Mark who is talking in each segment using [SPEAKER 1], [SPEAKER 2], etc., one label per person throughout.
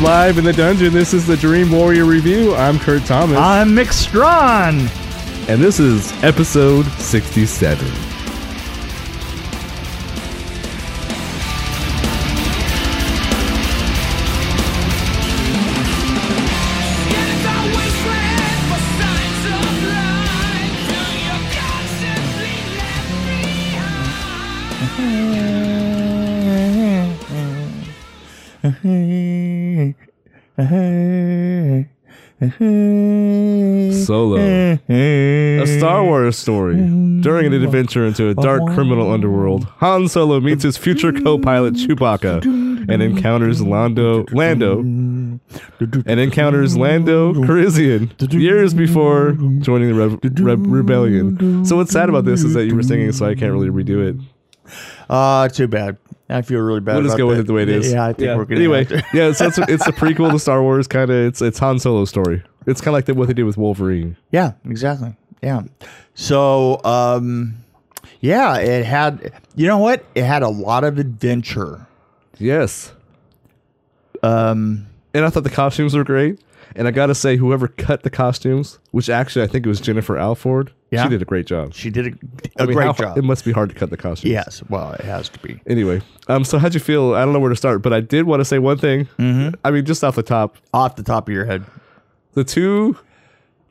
[SPEAKER 1] live in the dungeon. This is the Dream Warrior Review. I'm Kurt Thomas,
[SPEAKER 2] I'm Mick Strawn.
[SPEAKER 1] and this is episode 67. Solo. A Star Wars story. During an adventure into a dark criminal underworld, Han Solo meets his future co-pilot Chewbacca and encounters Lando Lando and encounters Lando Carizian years before joining the rev- rev- rebellion. So what's sad about this is that you were singing, so I can't really redo it.
[SPEAKER 2] Ah, too bad. I feel really bad.
[SPEAKER 1] We'll just
[SPEAKER 2] about
[SPEAKER 1] go with
[SPEAKER 2] that.
[SPEAKER 1] it the way it is.
[SPEAKER 2] Yeah, I think we're gonna
[SPEAKER 1] anyway.
[SPEAKER 2] have to-
[SPEAKER 1] yeah, so it's, it's a prequel to Star Wars. Kind of, it's it's Han Solo's story. It's kind of like the, what they did with Wolverine.
[SPEAKER 2] Yeah, exactly. Yeah. So, um, yeah, it had. You know what? It had a lot of adventure.
[SPEAKER 1] Yes,
[SPEAKER 2] Um,
[SPEAKER 1] and I thought the costumes were great. And I gotta say, whoever cut the costumes, which actually I think it was Jennifer Alford,
[SPEAKER 2] Yeah.
[SPEAKER 1] she did a great job.
[SPEAKER 2] she did a,
[SPEAKER 1] I
[SPEAKER 2] a
[SPEAKER 1] mean,
[SPEAKER 2] great
[SPEAKER 1] how-
[SPEAKER 2] job.
[SPEAKER 1] It must be hard to cut the costumes.
[SPEAKER 2] yes. Well, it has to be.
[SPEAKER 1] Anyway, um, so how'd you feel? I don't know where to start, but I did want to say one thing. Mm-hmm. I mean, just off the top,
[SPEAKER 2] Off the top of your head.
[SPEAKER 1] the two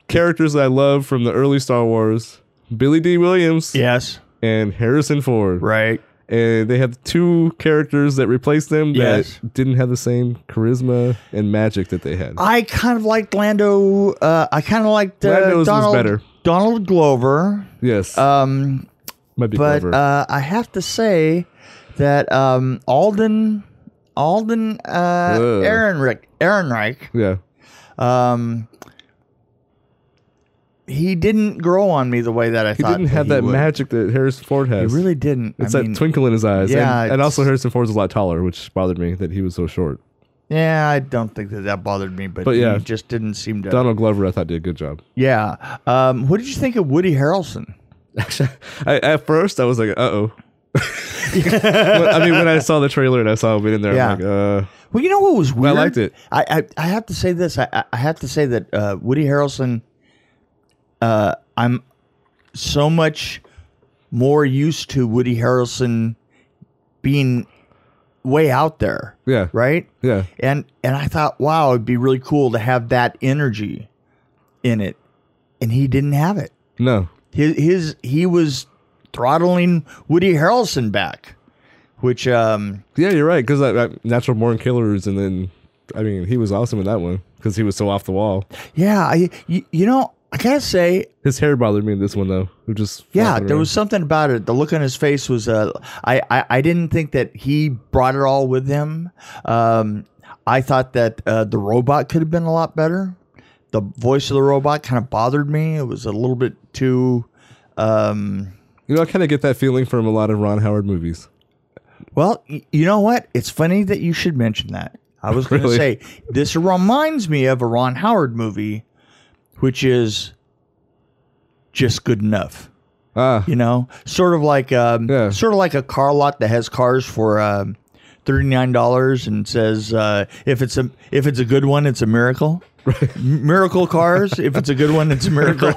[SPEAKER 1] characters that I love from the early Star Wars, Billy D. Williams
[SPEAKER 2] Yes.
[SPEAKER 1] and Harrison Ford.
[SPEAKER 2] Right.
[SPEAKER 1] and they have two characters that replaced them that
[SPEAKER 2] Yes.
[SPEAKER 1] didn't have the same charisma and magic that they had.
[SPEAKER 2] I kind of liked Lando. Uh, I kind of liked uh,
[SPEAKER 1] Lando's was
[SPEAKER 2] Donald.
[SPEAKER 1] better.
[SPEAKER 2] Donald Glover.
[SPEAKER 1] yes,
[SPEAKER 2] Um,
[SPEAKER 1] might be
[SPEAKER 2] but
[SPEAKER 1] clever.
[SPEAKER 2] uh, I have to say that um, Alden, Alden, uh,
[SPEAKER 1] Ugh.
[SPEAKER 2] Ehrenreich, Ehrenreich,
[SPEAKER 1] yeah,
[SPEAKER 2] um, he didn't grow on me the way that I
[SPEAKER 1] he
[SPEAKER 2] thought.
[SPEAKER 1] didn't have that
[SPEAKER 2] would.
[SPEAKER 1] magic that Harrison Ford
[SPEAKER 2] He
[SPEAKER 1] has.
[SPEAKER 2] really didn't.
[SPEAKER 1] it's
[SPEAKER 2] I
[SPEAKER 1] that
[SPEAKER 2] mean,
[SPEAKER 1] twinkle in his eyes.
[SPEAKER 2] yeah,
[SPEAKER 1] and, and also
[SPEAKER 2] it's-
[SPEAKER 1] Harrison Ford's a lot taller, which bothered me that he was so short.
[SPEAKER 2] yeah, I don't think that that bothered me, but,
[SPEAKER 1] But yeah.
[SPEAKER 2] he just didn't seem to.
[SPEAKER 1] Donald Glover, I thought, did a good job.
[SPEAKER 2] yeah. Um, what did you think of Woody Harrelson?
[SPEAKER 1] Actually, I, at first I was like, uh oh. I mean, when I saw the trailer and I saw him in there,
[SPEAKER 2] Yeah.
[SPEAKER 1] I'm like, uh,
[SPEAKER 2] Well, you know what was weird?
[SPEAKER 1] liked it.
[SPEAKER 2] I I, I have to say this. I, I- I have to say that uh, Woody Harrelson. Uh, I'm so much more used to Woody Harrelson being way out there,
[SPEAKER 1] yeah,
[SPEAKER 2] right?
[SPEAKER 1] yeah.
[SPEAKER 2] And and I thought, wow, it'd be really cool to have that energy in it, and he didn't have it.
[SPEAKER 1] No,
[SPEAKER 2] His, his he was throttling Woody Harrelson back, which um
[SPEAKER 1] Yeah, you're right. Because I, I, natural born killers, and then I mean, he was awesome in that one because he was so off the wall.
[SPEAKER 2] yeah, I you, you know I gotta say
[SPEAKER 1] His hair bothered me in this one though. Who just
[SPEAKER 2] Yeah,
[SPEAKER 1] flopping
[SPEAKER 2] there
[SPEAKER 1] around.
[SPEAKER 2] was something about it. The look on his face was. Uh, I, I I didn't think that he brought it all with him. Um, I thought that uh, the robot could have been a lot better. The voice of the robot kind of bothered me. It was a little bit too. Um,
[SPEAKER 1] you know I kind of get that feeling from a lot of Ron Howard movies.
[SPEAKER 2] well, y- you know what? It's funny that you should mention that. I was going to
[SPEAKER 1] Really?
[SPEAKER 2] say this reminds me of a Ron Howard movie, which is just good enough.
[SPEAKER 1] Ah,
[SPEAKER 2] you know sort of like um,
[SPEAKER 1] Yeah.
[SPEAKER 2] sort of like a car lot that has cars for um, $39 and says uh, if it's a if it's a good one it's a miracle M- miracle cars if it's a good one it's a miracle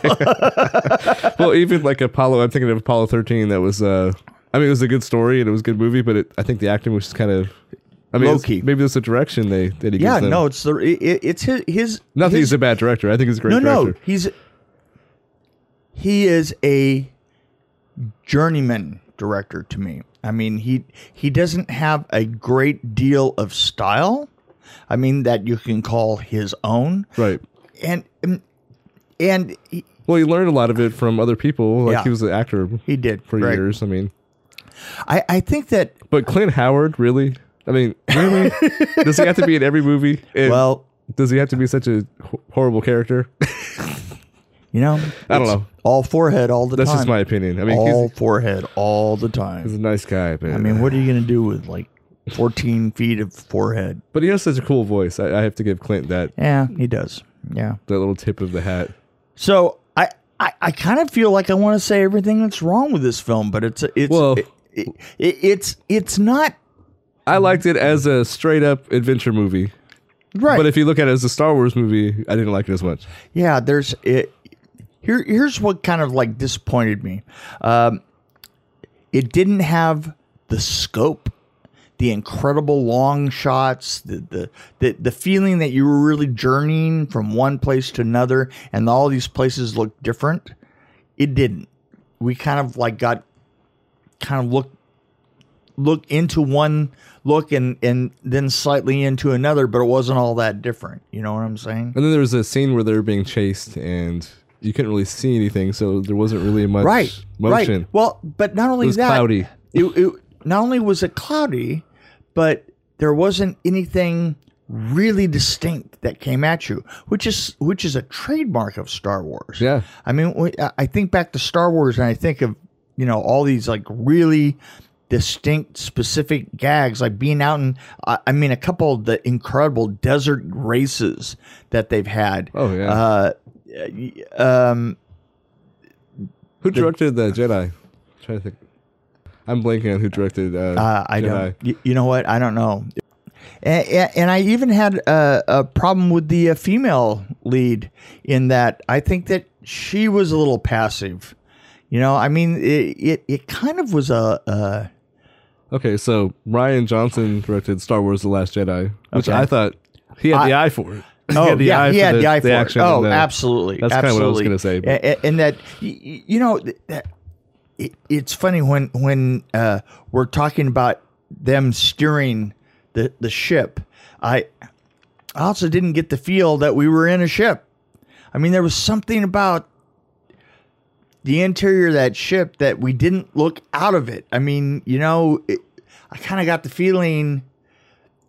[SPEAKER 1] well, even like Apollo. I'm thinking of Apollo 13. That was, uh, I mean, it was a good story and it was a good movie, but it, I think the acting was just kind of. I mean, it's-
[SPEAKER 2] Low-key.
[SPEAKER 1] maybe that's the direction they that he
[SPEAKER 2] yeah
[SPEAKER 1] gives them.
[SPEAKER 2] no it's the it, it's his his
[SPEAKER 1] not that
[SPEAKER 2] his-
[SPEAKER 1] he's a bad director. I think he's a great
[SPEAKER 2] no no
[SPEAKER 1] director.
[SPEAKER 2] he's he is a journeyman director to me i mean he he doesn't have a great deal of style i mean that you can call his own
[SPEAKER 1] right.
[SPEAKER 2] and and- and he,
[SPEAKER 1] Well, he learned a lot of it from other people. Like
[SPEAKER 2] Yeah.
[SPEAKER 1] he was an actor
[SPEAKER 2] he did
[SPEAKER 1] for
[SPEAKER 2] right.
[SPEAKER 1] years. I mean,
[SPEAKER 2] I, I think that
[SPEAKER 1] But Clint Howard, really? I mean, really? does he have to be in every movie? And
[SPEAKER 2] well,
[SPEAKER 1] does he have to be such a ho- horrible character?
[SPEAKER 2] you know,
[SPEAKER 1] I don't
[SPEAKER 2] it's
[SPEAKER 1] know.
[SPEAKER 2] All forehead all the
[SPEAKER 1] That's
[SPEAKER 2] time.
[SPEAKER 1] just my opinion. I mean,
[SPEAKER 2] all
[SPEAKER 1] he's,
[SPEAKER 2] forehead all the
[SPEAKER 1] he's
[SPEAKER 2] time.
[SPEAKER 1] a nice guy, but uh,
[SPEAKER 2] I mean, what are you gonna do with like fourteen feet of forehead?
[SPEAKER 1] but he has such a cool voice. I, I have to give Clint that
[SPEAKER 2] Yeah, he does. Yeah.
[SPEAKER 1] that little tip of the hat.
[SPEAKER 2] So I I, I kind of feel like I want to say everything that's wrong with this film, but it's it's
[SPEAKER 1] Well-
[SPEAKER 2] it, it, it, it's it's not
[SPEAKER 1] I liked it as a straight up adventure movie.
[SPEAKER 2] Right.
[SPEAKER 1] But if you look at it as a Star Wars movie, I didn't like it as much.
[SPEAKER 2] Yeah, there's it. Here, here's what kind of like disappointed me. Um, it didn't have the scope, the incredible long shots, the, the the the feeling that you were really journeying from one place to another, and all these places looked different. It didn't. We kind of like got kind of looked look into one look and and then slightly into another but it wasn't all that different you know what i'm saying
[SPEAKER 1] And then there was a scene where they were being chased and you couldn't really see anything, so there wasn't really much
[SPEAKER 2] right
[SPEAKER 1] motion.
[SPEAKER 2] right well but not only
[SPEAKER 1] It was
[SPEAKER 2] that
[SPEAKER 1] cloudy.
[SPEAKER 2] it, it not only was it cloudy but there wasn't anything really distinct that came at you which is which is a trademark of star wars
[SPEAKER 1] Yeah.
[SPEAKER 2] i mean we- I- i think back to star wars and i think of you know all these like really distinct specific gags like being out in i, I mean a couple of the incredible desert races that they've had
[SPEAKER 1] Oh yeah.
[SPEAKER 2] uh y- um
[SPEAKER 1] who directed the Jedi? I'm trying to think. I'm blanking on who directed. Uh,
[SPEAKER 2] Uh, I
[SPEAKER 1] Jedi.
[SPEAKER 2] don't. You, you know what? I don't know. And, and I even had a, a problem with the uh, female lead in that I think that she was a little passive. You know, I mean, it it, it kind of was a, a
[SPEAKER 1] Okay, so Ryan Johnson directed Star Wars: The Last Jedi, which
[SPEAKER 2] Okay. Oh,
[SPEAKER 1] I thought he had the eye for it. he had the eye
[SPEAKER 2] he
[SPEAKER 1] for
[SPEAKER 2] had
[SPEAKER 1] the,
[SPEAKER 2] the eye for it.
[SPEAKER 1] action
[SPEAKER 2] Oh,
[SPEAKER 1] and the-
[SPEAKER 2] absolutely.
[SPEAKER 1] That's kinda what I was
[SPEAKER 2] absolutely.
[SPEAKER 1] gonna say, but-
[SPEAKER 2] A- a- And, that y- y- you know, th- that, it, it's funny when when uh, we're talking about them steering the the ship. I I also didn't get the feel that we were in a ship. I mean, there was something about the interior of that ship that we didn't look out of it. I mean, you know, it, I kind of got the feeling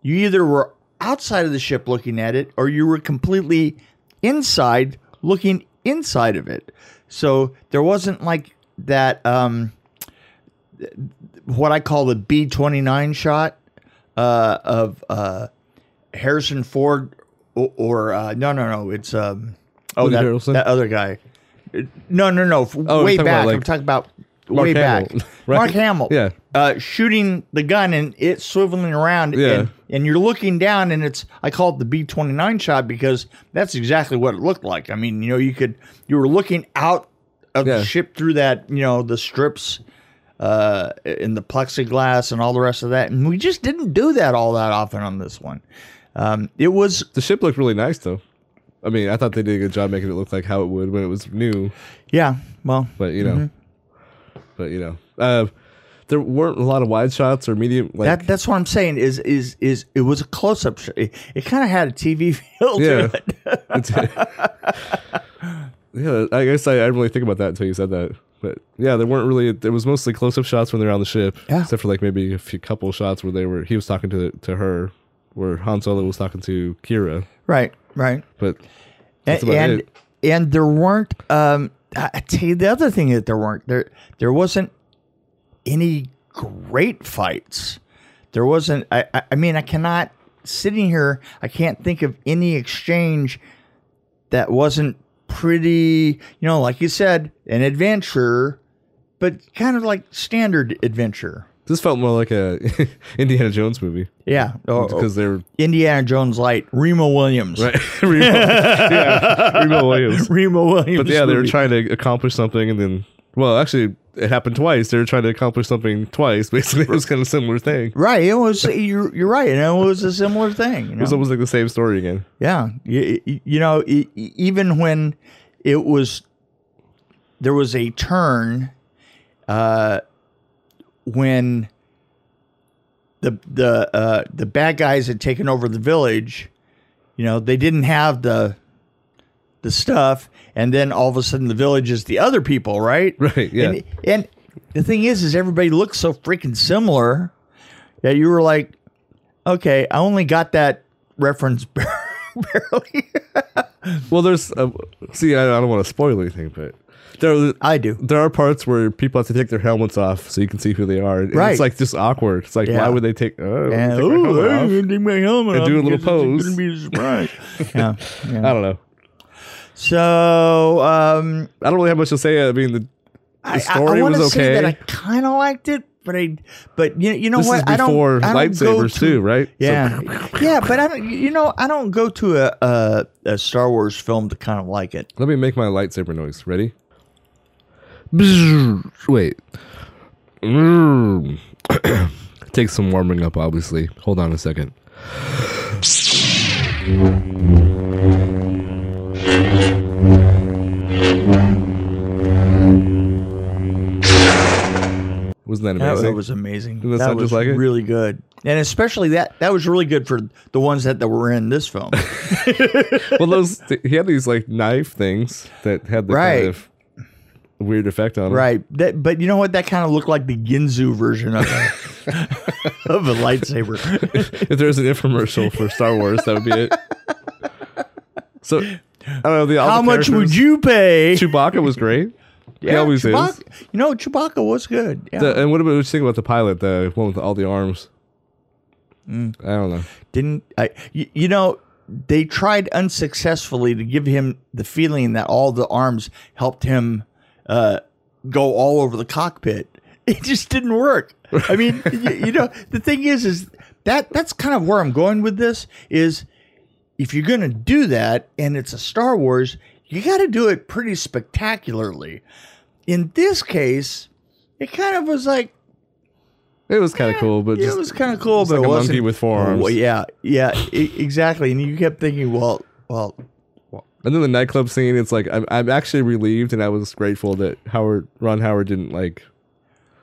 [SPEAKER 2] you either were outside of the ship looking at it or you were completely inside looking inside of it. So there wasn't like that, um, th- what I call the B 29 shot uh, of uh, Harrison Ford or, or uh, no, no, no, it's um, oh,
[SPEAKER 1] Woody
[SPEAKER 2] that,
[SPEAKER 1] Harrelson?
[SPEAKER 2] that other guy. No, no, no. f-
[SPEAKER 1] Oh,
[SPEAKER 2] way
[SPEAKER 1] you're talking about,
[SPEAKER 2] back.
[SPEAKER 1] like,
[SPEAKER 2] I'm talking about
[SPEAKER 1] Mark
[SPEAKER 2] way
[SPEAKER 1] Hamill,
[SPEAKER 2] back.
[SPEAKER 1] right?
[SPEAKER 2] Mark Hamill.
[SPEAKER 1] Yeah.
[SPEAKER 2] Uh, shooting the gun and it swiveling around.
[SPEAKER 1] Yeah.
[SPEAKER 2] And, and you're looking down and it's, I call it the B 29 shot because that's exactly what it looked like. I mean, you know, you could, you were looking out of
[SPEAKER 1] Yeah.
[SPEAKER 2] the ship through that, you know, the strips uh in the plexiglass and all the rest of that and we just didn't do that all that often on this one um it was
[SPEAKER 1] The ship looked really nice, though. I mean, I thought they did a good job making it look like how it would when it was new,
[SPEAKER 2] yeah well
[SPEAKER 1] but you know,
[SPEAKER 2] Mm-hmm.
[SPEAKER 1] but you know, uh, there weren't a lot of wide shots or medium. Like,
[SPEAKER 2] That that's what I'm saying. Is is is it was a close up shot. It, kind of had a TV feel
[SPEAKER 1] yeah,
[SPEAKER 2] to it.
[SPEAKER 1] It's- yeah. I guess I, I didn't really think about that until you said that. But yeah, there weren't really. There was mostly close-up shots when they were on the ship,
[SPEAKER 2] Yeah.
[SPEAKER 1] except for like maybe a few couple shots where they were. He was talking to to her, where Han Solo was talking to Kira.
[SPEAKER 2] Right, right.
[SPEAKER 1] But
[SPEAKER 2] And
[SPEAKER 1] That's about
[SPEAKER 2] and,
[SPEAKER 1] it.
[SPEAKER 2] and there weren't. Um, I, I tell you the other thing that there weren't there there wasn't any great fights. There wasn't. I I, I mean I cannot sitting here. I can't think of any exchange that wasn't pretty. You know, like you said, an adventure, but kind of like standard adventure.
[SPEAKER 1] this felt more like a Indiana Jones movie
[SPEAKER 2] Yeah, or- or-
[SPEAKER 1] because they were
[SPEAKER 2] Indiana Jones light, Remo Williams.
[SPEAKER 1] right. Remo, yeah, Remo Williams.
[SPEAKER 2] Remo Williams.
[SPEAKER 1] But yeah, they were
[SPEAKER 2] movie.
[SPEAKER 1] trying to accomplish something, and then well, actually, it happened twice. They were trying to accomplish something twice. Basically, it was kind of a similar thing.
[SPEAKER 2] Right, it was you're, you're right, and it was a similar thing. You
[SPEAKER 1] It was
[SPEAKER 2] know?
[SPEAKER 1] almost like the same story again.
[SPEAKER 2] yeah, you, you know, e- e- even when it was there was a turn uh, when the the uh, the bad guys had taken over the village. You know, they didn't have the the stuff, and then all of a sudden, the village is the other people, right?
[SPEAKER 1] Right, yeah.
[SPEAKER 2] And, and the thing is, is everybody looks so freaking similar that you were like, okay, I only got that reference barely.
[SPEAKER 1] Well, there's uh, see, I, I don't want to spoil anything, but there
[SPEAKER 2] I do.
[SPEAKER 1] there are parts where people have to take their helmets off so you can see who they are. And
[SPEAKER 2] Right.
[SPEAKER 1] It's like just awkward. It's like
[SPEAKER 2] Yeah.
[SPEAKER 1] why would they take? Oh, take
[SPEAKER 2] And,
[SPEAKER 1] my
[SPEAKER 2] "Ooh,
[SPEAKER 1] helmet
[SPEAKER 2] I'm
[SPEAKER 1] off?"
[SPEAKER 2] gonna take my helmet
[SPEAKER 1] And
[SPEAKER 2] off
[SPEAKER 1] do a little
[SPEAKER 2] because
[SPEAKER 1] pose.
[SPEAKER 2] It's gonna be a surprise. yeah, yeah.
[SPEAKER 1] I don't know.
[SPEAKER 2] So um,
[SPEAKER 1] I don't really have much to say. I mean, the, the
[SPEAKER 2] I-
[SPEAKER 1] story
[SPEAKER 2] I, I
[SPEAKER 1] was
[SPEAKER 2] wanna Say
[SPEAKER 1] okay.
[SPEAKER 2] that I kind of liked it, but I, but you, you know
[SPEAKER 1] this
[SPEAKER 2] what?
[SPEAKER 1] is
[SPEAKER 2] I don't.
[SPEAKER 1] before
[SPEAKER 2] I don't go
[SPEAKER 1] lightsabers
[SPEAKER 2] to-
[SPEAKER 1] too, right? So-
[SPEAKER 2] Yeah, yeah, but I don't. You know, I don't go to a, a a Star Wars film to kind of like it.
[SPEAKER 1] let me make my lightsaber noise. Ready? Bzzz. Wait. Mm. Takes some warming up, obviously. Hold on a second. Wasn't that
[SPEAKER 2] That
[SPEAKER 1] amazing?
[SPEAKER 2] was amazing.
[SPEAKER 1] that
[SPEAKER 2] that
[SPEAKER 1] sound
[SPEAKER 2] was
[SPEAKER 1] just like it?
[SPEAKER 2] really good, and especially that that was really good for the ones that, that were in this film.
[SPEAKER 1] well, those he had these like knife things that had the
[SPEAKER 2] Right.
[SPEAKER 1] kind of weird effect on them.
[SPEAKER 2] Right. That, but you know what? That kind of looked like the Ginzu version of a, of a lightsaber.
[SPEAKER 1] if there's an infomercial for Star Wars, that would be it. So, I don't know. The, all
[SPEAKER 2] How
[SPEAKER 1] the
[SPEAKER 2] much would
[SPEAKER 1] characters-
[SPEAKER 2] you pay?
[SPEAKER 1] Chewbacca was great. he always
[SPEAKER 2] Chewbac-
[SPEAKER 1] is.
[SPEAKER 2] You know, Chewbacca was good. Yeah.
[SPEAKER 1] The- and what about what you think about the pilot, the one with all the arms?
[SPEAKER 2] Mm.
[SPEAKER 1] I don't know.
[SPEAKER 2] Didn't I? You, you know, they tried unsuccessfully to give him the feeling that all the arms helped him uh, go all over the cockpit. It just didn't work. I mean, you, you know, the thing is, is that that's kind of where I'm going with this is. if you're going to do that and it's a Star Wars, you got to do it pretty spectacularly. In this case, it kind of was like
[SPEAKER 1] It was kind of cool, but
[SPEAKER 2] yeah,
[SPEAKER 1] just
[SPEAKER 2] it was kind of cool,
[SPEAKER 1] it's
[SPEAKER 2] but
[SPEAKER 1] like
[SPEAKER 2] it
[SPEAKER 1] a
[SPEAKER 2] wasn't.
[SPEAKER 1] monkey with four arms.
[SPEAKER 2] Well, yeah, yeah, e- exactly. And you kept thinking, well, well,
[SPEAKER 1] and then the nightclub scene. It's like I'm, I'm actually relieved, and I was grateful that Howard Ron Howard didn't like.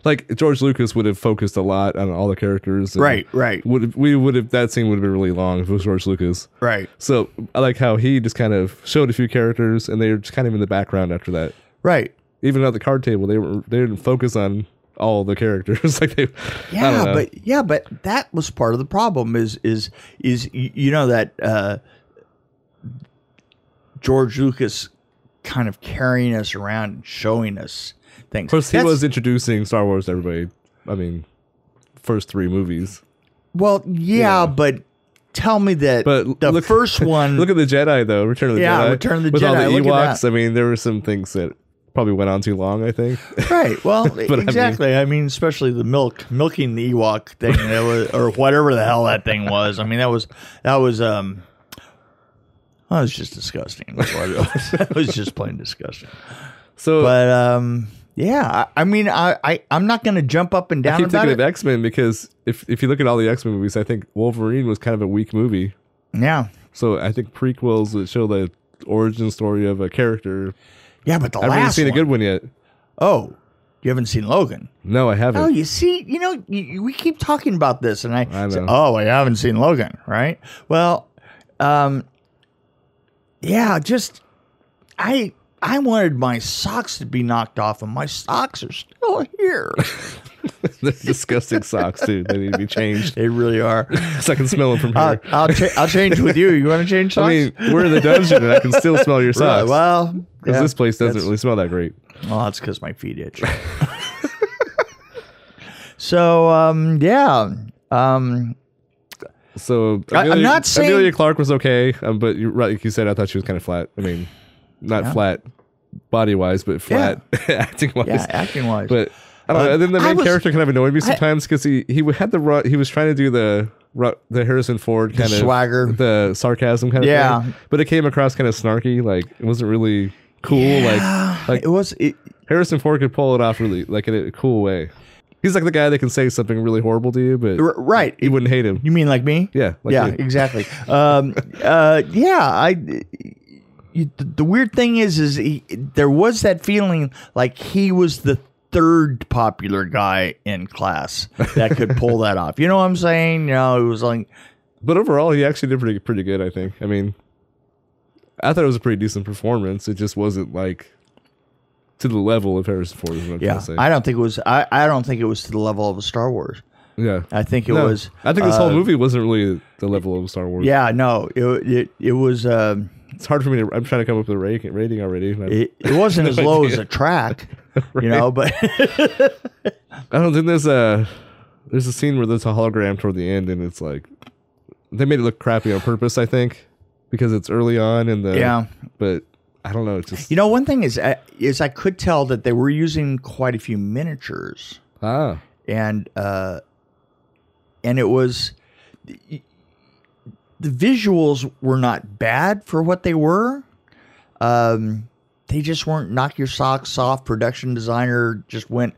[SPEAKER 1] Like George Lucas would have focused a lot on all the characters. and
[SPEAKER 2] Right, right.
[SPEAKER 1] Would have- we would have that scene would have been really long if it was George Lucas.
[SPEAKER 2] right,
[SPEAKER 1] So I like how he just kind of showed a few characters, and they were just kind of in the background after that.
[SPEAKER 2] right.
[SPEAKER 1] Even at the card table, they were they didn't focus on all the characters like they. I don't
[SPEAKER 2] Yeah,
[SPEAKER 1] know.
[SPEAKER 2] but yeah, but that was part of the problem. Is is is y- you know that uh, George Lucas kind of carrying us around and showing us things.
[SPEAKER 1] of course, he
[SPEAKER 2] That's-
[SPEAKER 1] was introducing Star Wars to everybody. I mean, first three movies.
[SPEAKER 2] Well, yeah, but tell me that
[SPEAKER 1] But
[SPEAKER 2] the
[SPEAKER 1] look-
[SPEAKER 2] first one.
[SPEAKER 1] Look at the Jedi though, Return of the
[SPEAKER 2] Yeah,
[SPEAKER 1] Jedi.
[SPEAKER 2] Return of the
[SPEAKER 1] With all
[SPEAKER 2] Jedi,
[SPEAKER 1] the
[SPEAKER 2] look at
[SPEAKER 1] Ewoks, I mean, there were some things that probably went on too long. I think.
[SPEAKER 2] right. Well,
[SPEAKER 1] I mean-
[SPEAKER 2] exactly. I mean, especially the milk, milking the Ewok thing, that was, or whatever the hell that thing was. I mean, that was that was um, that was just disgusting. That's what it was. that was just plain disgusting.
[SPEAKER 1] So
[SPEAKER 2] But um, yeah. I, I mean, I, I I'm not gonna jump up and
[SPEAKER 1] I
[SPEAKER 2] down
[SPEAKER 1] keep
[SPEAKER 2] about
[SPEAKER 1] thinking
[SPEAKER 2] it.
[SPEAKER 1] of X Men because if if you look at all the X Men movies, I think Wolverine was kind of a weak movie.
[SPEAKER 2] yeah.
[SPEAKER 1] So I think prequels that show the origin story of a character.
[SPEAKER 2] Yeah, but the
[SPEAKER 1] I haven't
[SPEAKER 2] last
[SPEAKER 1] seen
[SPEAKER 2] one.
[SPEAKER 1] a good one yet.
[SPEAKER 2] oh, you haven't seen Logan.
[SPEAKER 1] No, I haven't.
[SPEAKER 2] Oh, you see, you know, you, you- we keep talking about this, and I,
[SPEAKER 1] I
[SPEAKER 2] say,
[SPEAKER 1] know.
[SPEAKER 2] oh, I haven't seen Logan, right? Well, um, yeah, just I I wanted my socks to be knocked off, and my socks are still here. Oh.
[SPEAKER 1] They're disgusting socks, dude. They need to be changed.
[SPEAKER 2] they really are.
[SPEAKER 1] So I can smell them from
[SPEAKER 2] I'll
[SPEAKER 1] here.
[SPEAKER 2] I'll, cha- I'll change with you. You want to change Uh, socks?
[SPEAKER 1] I mean, we're in the dungeon and I can still smell your
[SPEAKER 2] Really?
[SPEAKER 1] socks. Because
[SPEAKER 2] well, yeah,
[SPEAKER 1] this place doesn't
[SPEAKER 2] that's-
[SPEAKER 1] really smell that great.
[SPEAKER 2] Well, that's because my feet itch. so um, yeah, um,
[SPEAKER 1] So
[SPEAKER 2] I- I'm not saying-
[SPEAKER 1] Amelia Clark was okay, um, but you, right, like you said, I thought she was kind of flat. I mean, not flat body wise, but flat acting wise.
[SPEAKER 2] yeah, acting wise,
[SPEAKER 1] But I don't know. And then the
[SPEAKER 2] I
[SPEAKER 1] main
[SPEAKER 2] was-
[SPEAKER 1] character kind of annoyed me sometimes because he he had the run. He was trying to do the ru- the Harrison Ford kind of
[SPEAKER 2] swagger.
[SPEAKER 1] the sarcasm kind of
[SPEAKER 2] Yeah.
[SPEAKER 1] thing. But it came across kind of snarky. Like it wasn't really cool. Like like
[SPEAKER 2] it was it,
[SPEAKER 1] Harrison Ford could pull it off really like in a cool way. He's like the guy that can say something really horrible to you, but
[SPEAKER 2] R- right.
[SPEAKER 1] you wouldn't hate him.
[SPEAKER 2] You mean like me?
[SPEAKER 1] Yeah, like
[SPEAKER 2] yeah,
[SPEAKER 1] you.
[SPEAKER 2] exactly. Um, uh, yeah, I. You, the weird thing is, is he, there was that feeling like he was the third popular guy in class that could pull that off. You know what I'm saying? You know, it was like,
[SPEAKER 1] But overall, he actually did pretty pretty good. I think. I mean, I thought it was a pretty decent performance. It just wasn't like to the level of Harrison Ford. Is what I'm trying
[SPEAKER 2] yeah.
[SPEAKER 1] to say.
[SPEAKER 2] I don't think it was. I, I don't think it was to the level of Star Wars.
[SPEAKER 1] yeah.
[SPEAKER 2] I think it
[SPEAKER 1] No,
[SPEAKER 2] was.
[SPEAKER 1] I think this
[SPEAKER 2] uh,
[SPEAKER 1] whole movie wasn't really the level of Star Wars.
[SPEAKER 2] Yeah, no, it it, it was. Um,
[SPEAKER 1] It's hard for me to. I'm trying to come up with a ra- rating already. and I-
[SPEAKER 2] it, it wasn't as low as a track, you know, but
[SPEAKER 1] I don't think there's a. There's a scene where there's a hologram toward the end, and it's like they made it look crappy on purpose. I think because it's early on in the.
[SPEAKER 2] Yeah.
[SPEAKER 1] But I don't know. It's just
[SPEAKER 2] You know, one thing is, I, is I could tell that they were using quite a few miniatures,
[SPEAKER 1] ah.
[SPEAKER 2] and uh, and it was the visuals were not bad for what they were. Um, they just weren't knock your socks off. Production designer just went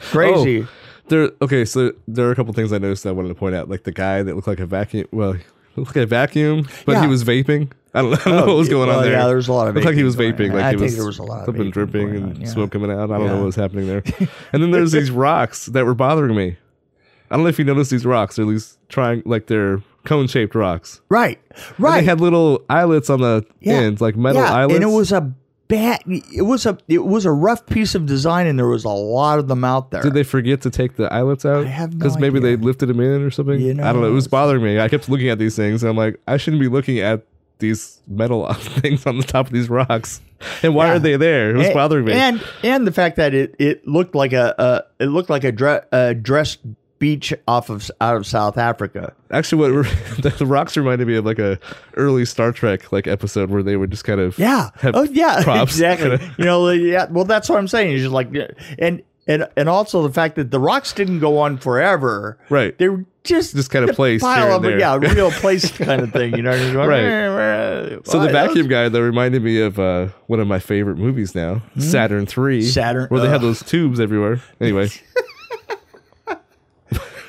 [SPEAKER 2] crazy.
[SPEAKER 1] Oh, there. Okay, so there are a couple things I noticed that I wanted to point out, like the guy that looked like a vacuum. Well, he looked like a vacuum, but he
[SPEAKER 2] Yeah.
[SPEAKER 1] was vaping. I don't, I don't know
[SPEAKER 2] Oh,
[SPEAKER 1] what was
[SPEAKER 2] yeah,
[SPEAKER 1] going
[SPEAKER 2] well,
[SPEAKER 1] on there.
[SPEAKER 2] Yeah, there was a lot of.
[SPEAKER 1] Looked like he was
[SPEAKER 2] going
[SPEAKER 1] vaping.
[SPEAKER 2] on.
[SPEAKER 1] Like
[SPEAKER 2] I
[SPEAKER 1] it
[SPEAKER 2] think
[SPEAKER 1] was
[SPEAKER 2] there was a lot of
[SPEAKER 1] something
[SPEAKER 2] vaping
[SPEAKER 1] dripping
[SPEAKER 2] going
[SPEAKER 1] and
[SPEAKER 2] on, yeah.
[SPEAKER 1] smoke coming out. I don't know
[SPEAKER 2] Yeah.
[SPEAKER 1] what was happening there. and then there's these rocks that were bothering me. I don't know if you noticed these rocks. They're these trying like they're cone shaped rocks.
[SPEAKER 2] Right,
[SPEAKER 1] And
[SPEAKER 2] right.
[SPEAKER 1] they had little eyelets on the
[SPEAKER 2] Yeah.
[SPEAKER 1] ends, like metal
[SPEAKER 2] yeah,
[SPEAKER 1] eyelets.
[SPEAKER 2] and it was a bad. It was a it was a rough piece of design, and there was a lot of them out there.
[SPEAKER 1] Did they forget to take the eyelets out?
[SPEAKER 2] I have no
[SPEAKER 1] maybe
[SPEAKER 2] idea.
[SPEAKER 1] they lifted them in or something.
[SPEAKER 2] You
[SPEAKER 1] I don't know. It
[SPEAKER 2] know,
[SPEAKER 1] was
[SPEAKER 2] it's-
[SPEAKER 1] bothering me. I kept looking at these things, and I'm like, I shouldn't be looking at these metal things on the top of these rocks. And why
[SPEAKER 2] Yeah.
[SPEAKER 1] are they there? It was
[SPEAKER 2] A-
[SPEAKER 1] bothering me.
[SPEAKER 2] and and the fact that it, it looked like a, a it looked like a, dre- a dressed beach off of out of South Africa.
[SPEAKER 1] Actually, what the, the rocks reminded me of like a early Star Trek like episode where they would just kind of
[SPEAKER 2] Yeah.
[SPEAKER 1] have
[SPEAKER 2] oh yeah.
[SPEAKER 1] props.
[SPEAKER 2] Exactly. you know. Yeah. Well, that's what I'm saying. It's just like yeah. and and and also the fact that the rocks didn't go on forever.
[SPEAKER 1] right.
[SPEAKER 2] They were just
[SPEAKER 1] Just kind of placed
[SPEAKER 2] pile
[SPEAKER 1] here
[SPEAKER 2] of
[SPEAKER 1] and there.
[SPEAKER 2] yeah, real place kind of thing. You know. What I mean? Right.
[SPEAKER 1] So the vacuum guy though reminded me of uh, one of my favorite movies now, Saturn Three.
[SPEAKER 2] Hmm? Saturn-
[SPEAKER 1] where they had
[SPEAKER 2] ugh.
[SPEAKER 1] those tubes everywhere. Anyway,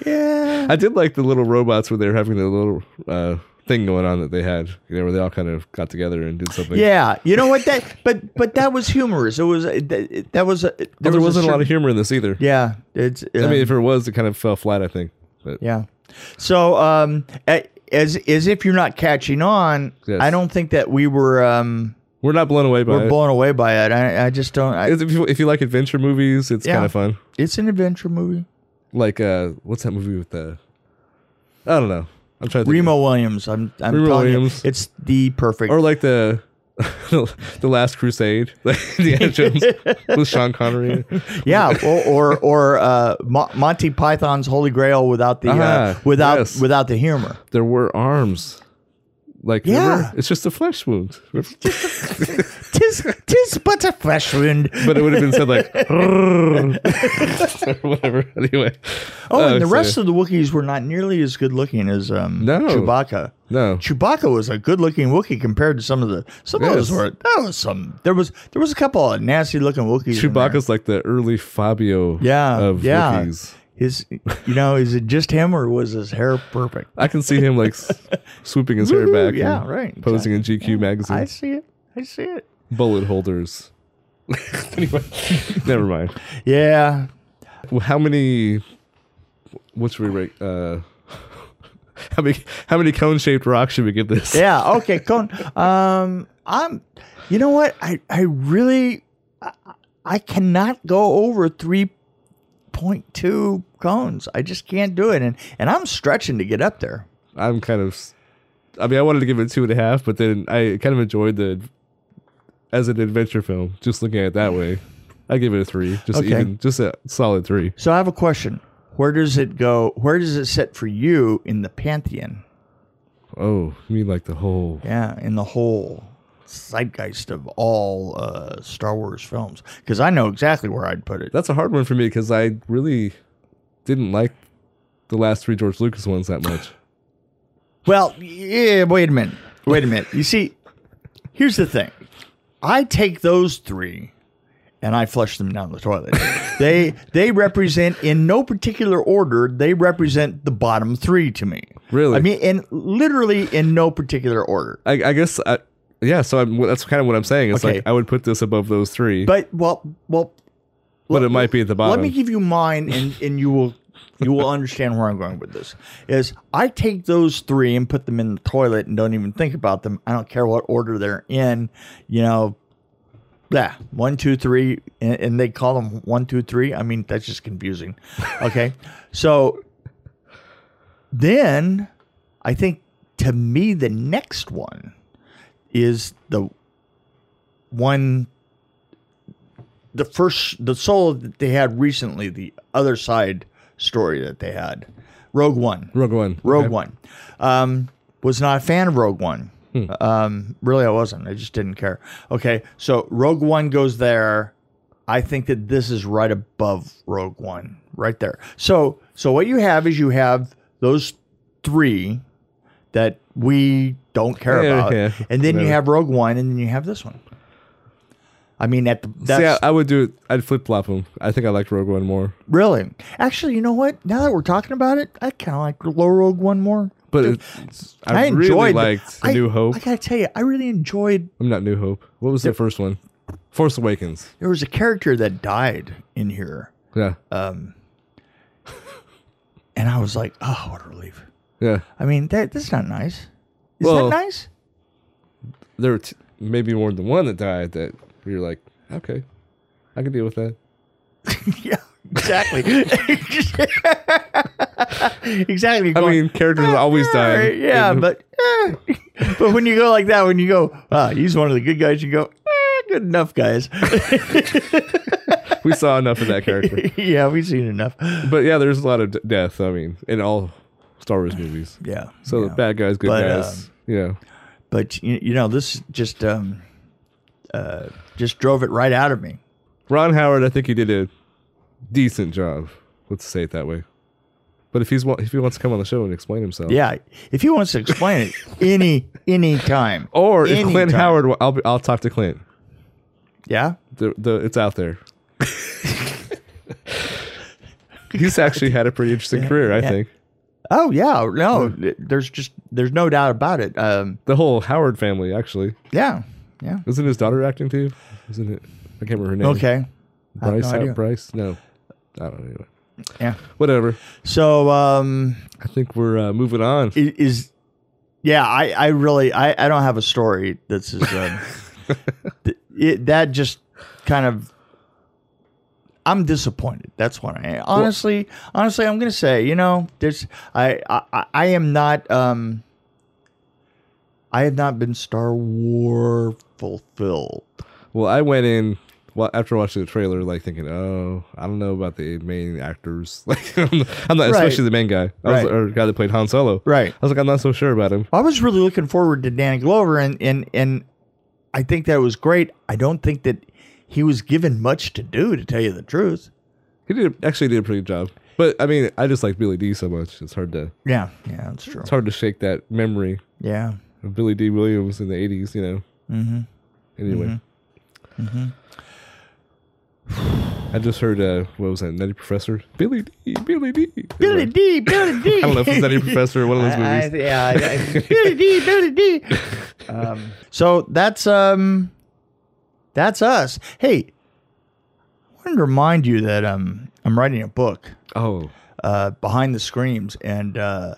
[SPEAKER 2] Yeah.
[SPEAKER 1] I did like the little robots where they were having the little uh, thing going on that they had, you know, where they all kind of got together and did something.
[SPEAKER 2] Yeah, you know what that, but but that was humorous. It was that, that was a- there,
[SPEAKER 1] But there
[SPEAKER 2] was
[SPEAKER 1] wasn't a, lot
[SPEAKER 2] certain-
[SPEAKER 1] of humor in this either.
[SPEAKER 2] Yeah, it's.
[SPEAKER 1] I
[SPEAKER 2] um,
[SPEAKER 1] mean, if it was, it kind of fell flat. I think. But
[SPEAKER 2] yeah. So, um, a- as as if you're not catching on,
[SPEAKER 1] Yes.
[SPEAKER 2] I don't think that we were um
[SPEAKER 1] we're not blown away by
[SPEAKER 2] we're
[SPEAKER 1] it.
[SPEAKER 2] blown away by it. I, I just don't. I,
[SPEAKER 1] If you, if you like adventure movies, it's
[SPEAKER 2] Yeah.
[SPEAKER 1] kind of fun.
[SPEAKER 2] it's an adventure movie.
[SPEAKER 1] Like, uh, what's that movie with the? I don't know. I'm trying to think of-
[SPEAKER 2] Remo Williams. I'm I'm
[SPEAKER 1] Remo
[SPEAKER 2] telling
[SPEAKER 1] Williams.
[SPEAKER 2] you, it's the perfect.
[SPEAKER 1] or like the. the Last Crusade, like Indiana Jones with Sean Connery.
[SPEAKER 2] yeah, or or, or uh, Mo- Monty Python's Holy Grail without the uh,
[SPEAKER 1] Ah,
[SPEAKER 2] without
[SPEAKER 1] yes.
[SPEAKER 2] without the humor.
[SPEAKER 1] There were arms, like
[SPEAKER 2] Yeah.
[SPEAKER 1] remember? it's just a flesh wound.
[SPEAKER 2] Tis tis but a flesh wound.
[SPEAKER 1] but it would have been said like or whatever. Anyway.
[SPEAKER 2] Oh, and the
[SPEAKER 1] uh, so-
[SPEAKER 2] rest of the Wookiees were not nearly as good looking as um,
[SPEAKER 1] No.
[SPEAKER 2] Chewbacca.
[SPEAKER 1] no.
[SPEAKER 2] Chewbacca was a good looking Wookiee compared to some of the some of those
[SPEAKER 1] Yes.
[SPEAKER 2] were that was some there was there was a couple of nasty looking Wookiees. in there.
[SPEAKER 1] Chewbacca's like the early Fabio
[SPEAKER 2] Yeah,
[SPEAKER 1] of
[SPEAKER 2] yeah.
[SPEAKER 1] Wookiees.
[SPEAKER 2] his you know, is it just him or was his hair perfect?
[SPEAKER 1] I can see him like s- swooping his hair
[SPEAKER 2] Woohoo,
[SPEAKER 1] back.
[SPEAKER 2] yeah,
[SPEAKER 1] and
[SPEAKER 2] right,
[SPEAKER 1] Posing in GQ magazine.
[SPEAKER 2] I see it. I see it.
[SPEAKER 1] Bullet holders. anyway, never mind.
[SPEAKER 2] Yeah.
[SPEAKER 1] Well, How many? What should we rate? Uh, how many? How many cone-shaped rocks should we give this?
[SPEAKER 2] Yeah. Okay, Cone. Um I'm you know what? I I really I, I cannot go over three point two cones. I just can't do it. And and I'm stretching to get up there.
[SPEAKER 1] I'm kind of. s- I mean, I wanted to give it two and a half, but then I kind of enjoyed the as an adventure film. Just looking at it that way, I give it a three. Just
[SPEAKER 2] Okay.
[SPEAKER 1] even, just a solid three.
[SPEAKER 2] So I have a question. Where does it go? Where does it sit for you in the pantheon?
[SPEAKER 1] Oh, you mean like the whole?
[SPEAKER 2] Yeah, in the whole zeitgeist of all uh, Star Wars films. Because I know exactly where I'd put it.
[SPEAKER 1] That's a hard one for me because I really didn't like the last three George Lucas ones that much.
[SPEAKER 2] Well, yeah, wait a minute. Wait a minute. You see, here's the thing. I take those three and I flush them down the toilet. they they represent in no particular order, they represent the bottom three to me.
[SPEAKER 1] Really?
[SPEAKER 2] I mean, and literally in no particular order.
[SPEAKER 1] I, I guess. I, yeah, so I'm, that's kind of what I'm saying. It's
[SPEAKER 2] Okay.
[SPEAKER 1] like I would put this above those three, but,
[SPEAKER 2] But well well
[SPEAKER 1] it might be at the
[SPEAKER 2] let
[SPEAKER 1] bottom.
[SPEAKER 2] me give you mine and, and you will you will understand where I'm going with this. Is I take those three and put them in the toilet and don't even think about them. I don't care what order they're in, you know. Yeah, one, two, three, and, and they call them one, two, three. I mean, that's just confusing. Okay. so then I think to me the next one is the one the first the solo that they had recently, the other side story that they had, Rogue One.
[SPEAKER 1] Rogue One.
[SPEAKER 2] Rogue
[SPEAKER 1] Okay.
[SPEAKER 2] One. Um, was not a fan of Rogue One.
[SPEAKER 1] Hmm.
[SPEAKER 2] Um, really, I wasn't. I just didn't care. Okay, so Rogue One goes there. I think that this is right above Rogue One, right there. So, so what you have is you have those three that we don't care
[SPEAKER 1] Yeah,
[SPEAKER 2] about,
[SPEAKER 1] yeah.
[SPEAKER 2] and then you
[SPEAKER 1] Whatever.
[SPEAKER 2] have Rogue One, and then you have this one. I mean, at the that's
[SPEAKER 1] See, I, I would do it. I'd flip flop them. I think I liked Rogue One more,
[SPEAKER 2] really actually, you know what? Now that we're talking about it, I kind of like Low Rogue One more.
[SPEAKER 1] but it's, I, really
[SPEAKER 2] enjoyed
[SPEAKER 1] liked
[SPEAKER 2] I-
[SPEAKER 1] New Hope.
[SPEAKER 2] I gotta tell you, I really enjoyed.
[SPEAKER 1] I'm not New Hope. What was the first one? Force Awakens.
[SPEAKER 2] There was a character that died in here, um,
[SPEAKER 1] Yeah,
[SPEAKER 2] and I was like, oh, what a relief.
[SPEAKER 1] yeah.
[SPEAKER 2] I mean, that that's not nice. Is
[SPEAKER 1] Well-
[SPEAKER 2] that nice?
[SPEAKER 1] There were t- maybe more than one that died that you're like, okay, I can deal with that.
[SPEAKER 2] yeah, exactly. exactly.
[SPEAKER 1] I
[SPEAKER 2] Going,
[SPEAKER 1] mean, characters always
[SPEAKER 2] "All
[SPEAKER 1] die.
[SPEAKER 2] right, yeah,
[SPEAKER 1] in-
[SPEAKER 2] but eh." but when you go like that, when you go, ah, he's one of the good guys, you go, eh, good enough, guys.
[SPEAKER 1] we saw enough of that character.
[SPEAKER 2] yeah, we've seen enough.
[SPEAKER 1] But yeah, there's a lot of d- death. I mean, in all Star Wars movies.
[SPEAKER 2] Yeah.
[SPEAKER 1] So
[SPEAKER 2] yeah.
[SPEAKER 1] the bad guys, good
[SPEAKER 2] But, um,
[SPEAKER 1] guys. yeah.
[SPEAKER 2] but you, you know, this just um, uh, just drove it right out of me.
[SPEAKER 1] Ron Howard, I think he did a decent job. Let's say it that way. But if he's wa- if he wants to come on the show and explain himself,
[SPEAKER 2] Yeah, if he wants to explain it any any time,
[SPEAKER 1] Or if Clint
[SPEAKER 2] Anytime.
[SPEAKER 1] Howard, wa- I'll be, I'll talk to Clint.
[SPEAKER 2] yeah,
[SPEAKER 1] The, the it's out there. he's actually had a pretty interesting career, I think.
[SPEAKER 2] Oh yeah, no, th- there's just there's no doubt about it. Um,
[SPEAKER 1] The whole Howard family, actually,
[SPEAKER 2] yeah, yeah.
[SPEAKER 1] isn't his daughter acting too? Isn't it? I can't remember her name.
[SPEAKER 2] Okay, I have
[SPEAKER 1] Bryce.
[SPEAKER 2] no idea.
[SPEAKER 1] Bryce. No, I don't know. Anyway,
[SPEAKER 2] yeah.
[SPEAKER 1] whatever.
[SPEAKER 2] So um,
[SPEAKER 1] I think we're uh, moving on.
[SPEAKER 2] i- is yeah, I I really I I don't have a story that's as um, th- it, that just kind of I'm disappointed. That's what I am. honestly honestly I'm gonna say you know there's I I I- I am not um I have not been Star War fulfilled.
[SPEAKER 1] Well, I went in well, after watching the trailer, like thinking, "Oh, I don't know about the main actors. Like, I'm not, I'm not- especially the main guy, I was,
[SPEAKER 2] Right.
[SPEAKER 1] or the guy that played Han Solo.
[SPEAKER 2] Right.
[SPEAKER 1] I was like, I'm not so sure about him.
[SPEAKER 2] I was really looking forward to Danny Glover, and and and I think that was great. I don't think that he was given much to do, to tell you the truth.
[SPEAKER 1] He did actually did a pretty good job. But I mean, I just like Billy D so much. It's hard to
[SPEAKER 2] Yeah, yeah, that's true.
[SPEAKER 1] it's hard to shake that memory
[SPEAKER 2] Yeah,
[SPEAKER 1] of Billy D Williams in the '80s. You know. Mm-hmm. Anyway.
[SPEAKER 2] Mm-hmm.
[SPEAKER 1] I just heard uh, what was that? Nutty Professor. Billy D. Billy D.
[SPEAKER 2] Billy D, Billy D.
[SPEAKER 1] I don't know if it's Nutty Professor or one of those movies.
[SPEAKER 2] I, yeah, I- I- Billy D, Billy D. Um, so that's um, that's us. Hey, I wanted to remind you that um, I'm writing a book.
[SPEAKER 1] oh.
[SPEAKER 2] uh, behind the screams and uh,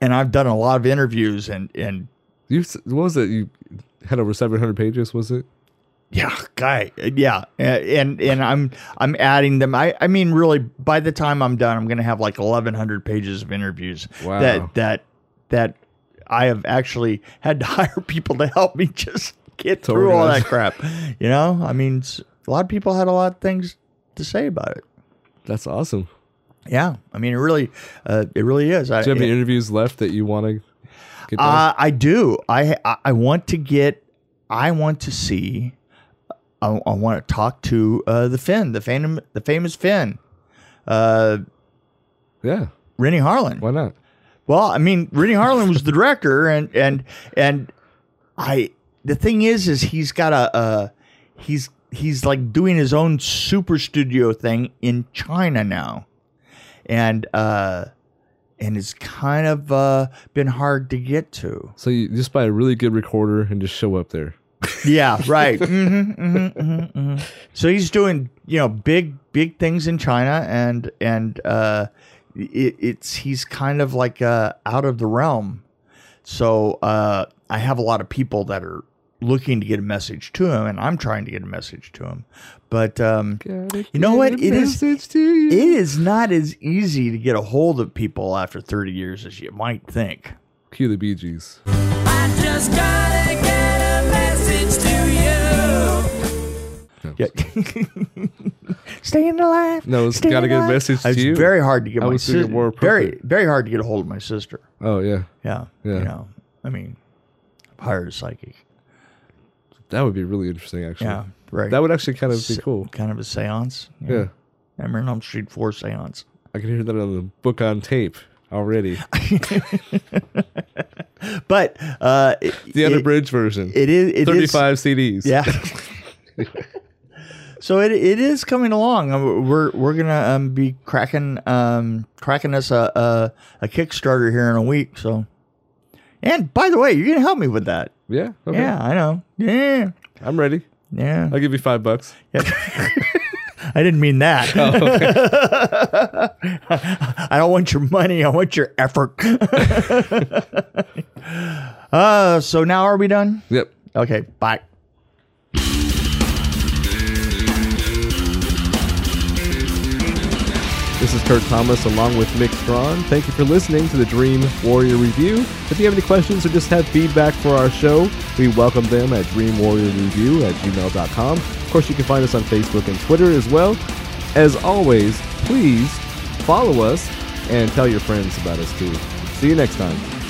[SPEAKER 2] and I've done a lot of interviews and and
[SPEAKER 1] You s- what was it? You had over seven hundred pages, was it?
[SPEAKER 2] yeah guy yeah and and I'm I'm adding them I I mean really by the time I'm done I'm gonna have like 1100 pages of interviews
[SPEAKER 1] Wow.
[SPEAKER 2] that that that I have actually had to hire people to help me just get
[SPEAKER 1] To
[SPEAKER 2] through all
[SPEAKER 1] organize.
[SPEAKER 2] that crap you know I mean s- a lot of people had a lot of things to say about it
[SPEAKER 1] That's awesome.
[SPEAKER 2] yeah I mean it really uh, it really is I,
[SPEAKER 1] Do you have any interviews left that you want to get done?
[SPEAKER 2] Uh, I do. I I- I want to get. I want to see. I, I want to talk to uh, the Finn, the phantom, the famous Finn, uh,
[SPEAKER 1] yeah,
[SPEAKER 2] Rennie Harlan.
[SPEAKER 1] why not?
[SPEAKER 2] Well, I mean, Rennie Harlan was the director, and and and I. The thing is, is he's got a. Uh, he's he's like doing his own super studio thing in China now, and uh, and it's kind of uh, been hard to get to.
[SPEAKER 1] So you just buy a really good recorder and just show up there.
[SPEAKER 2] Yeah, right. Mhm, mhm, mhm, mhm. So he's doing you know big big things in China, and and uh, it, it's he's kind of like uh, out of the realm. So uh, I have a lot of people that are looking to get a message to him, and I'm trying to get a message to him, but um, You know what? It is- it is not as easy to get a hold of people after 30 years as you might think.
[SPEAKER 1] Cue the Bee Gees.
[SPEAKER 3] I just gotta get a message to you.
[SPEAKER 2] Yeah. Staying alive.
[SPEAKER 1] No, it's
[SPEAKER 2] staying
[SPEAKER 1] gotta get a
[SPEAKER 2] alive.
[SPEAKER 1] message to
[SPEAKER 2] it's
[SPEAKER 1] you.
[SPEAKER 2] very hard to get
[SPEAKER 1] I
[SPEAKER 2] my
[SPEAKER 1] would think it
[SPEAKER 2] sister.
[SPEAKER 1] more
[SPEAKER 2] Very,
[SPEAKER 1] appropriate.
[SPEAKER 2] very hard to get a hold of my sister.
[SPEAKER 1] Oh yeah,
[SPEAKER 2] Yeah.
[SPEAKER 1] Yeah.
[SPEAKER 2] You know, I mean, I've hired a psychic.
[SPEAKER 1] that would be really interesting actually.
[SPEAKER 2] Yeah. Right.
[SPEAKER 1] That would actually kind of be cool.
[SPEAKER 2] Kind of a seance.
[SPEAKER 1] Yeah.
[SPEAKER 2] I'm in on Street 4 seance.
[SPEAKER 1] I can hear that on the book on tape already.
[SPEAKER 2] But uh, it,
[SPEAKER 1] The
[SPEAKER 2] it-
[SPEAKER 1] unabridged version.
[SPEAKER 2] it is. it is-
[SPEAKER 1] 35 CDs.
[SPEAKER 2] Yeah. so it it is coming along. Um, We're we're gonna um, be cracking um, cracking us a, a a Kickstarter here in a week. So, and by the way, you're gonna help me with that.
[SPEAKER 1] Yeah. Okay.
[SPEAKER 2] Yeah, I know. Yeah,
[SPEAKER 1] I'm ready.
[SPEAKER 2] yeah.
[SPEAKER 1] I'll give you five bucks.
[SPEAKER 2] I didn't mean that. I don't want your money. I want your effort. uh, so now are we done?
[SPEAKER 1] Yep.
[SPEAKER 2] Okay, bye.
[SPEAKER 1] This is Kurt Thomas along with Mick Strawn. Thank you for listening to the Dream Warrior Review. If you have any questions or just have feedback for our show, we welcome them at dreamwarriorreview at gmail.com. Of course, you can find us on Facebook and Twitter as well. As always, please follow us and tell your friends about us too. See you next time.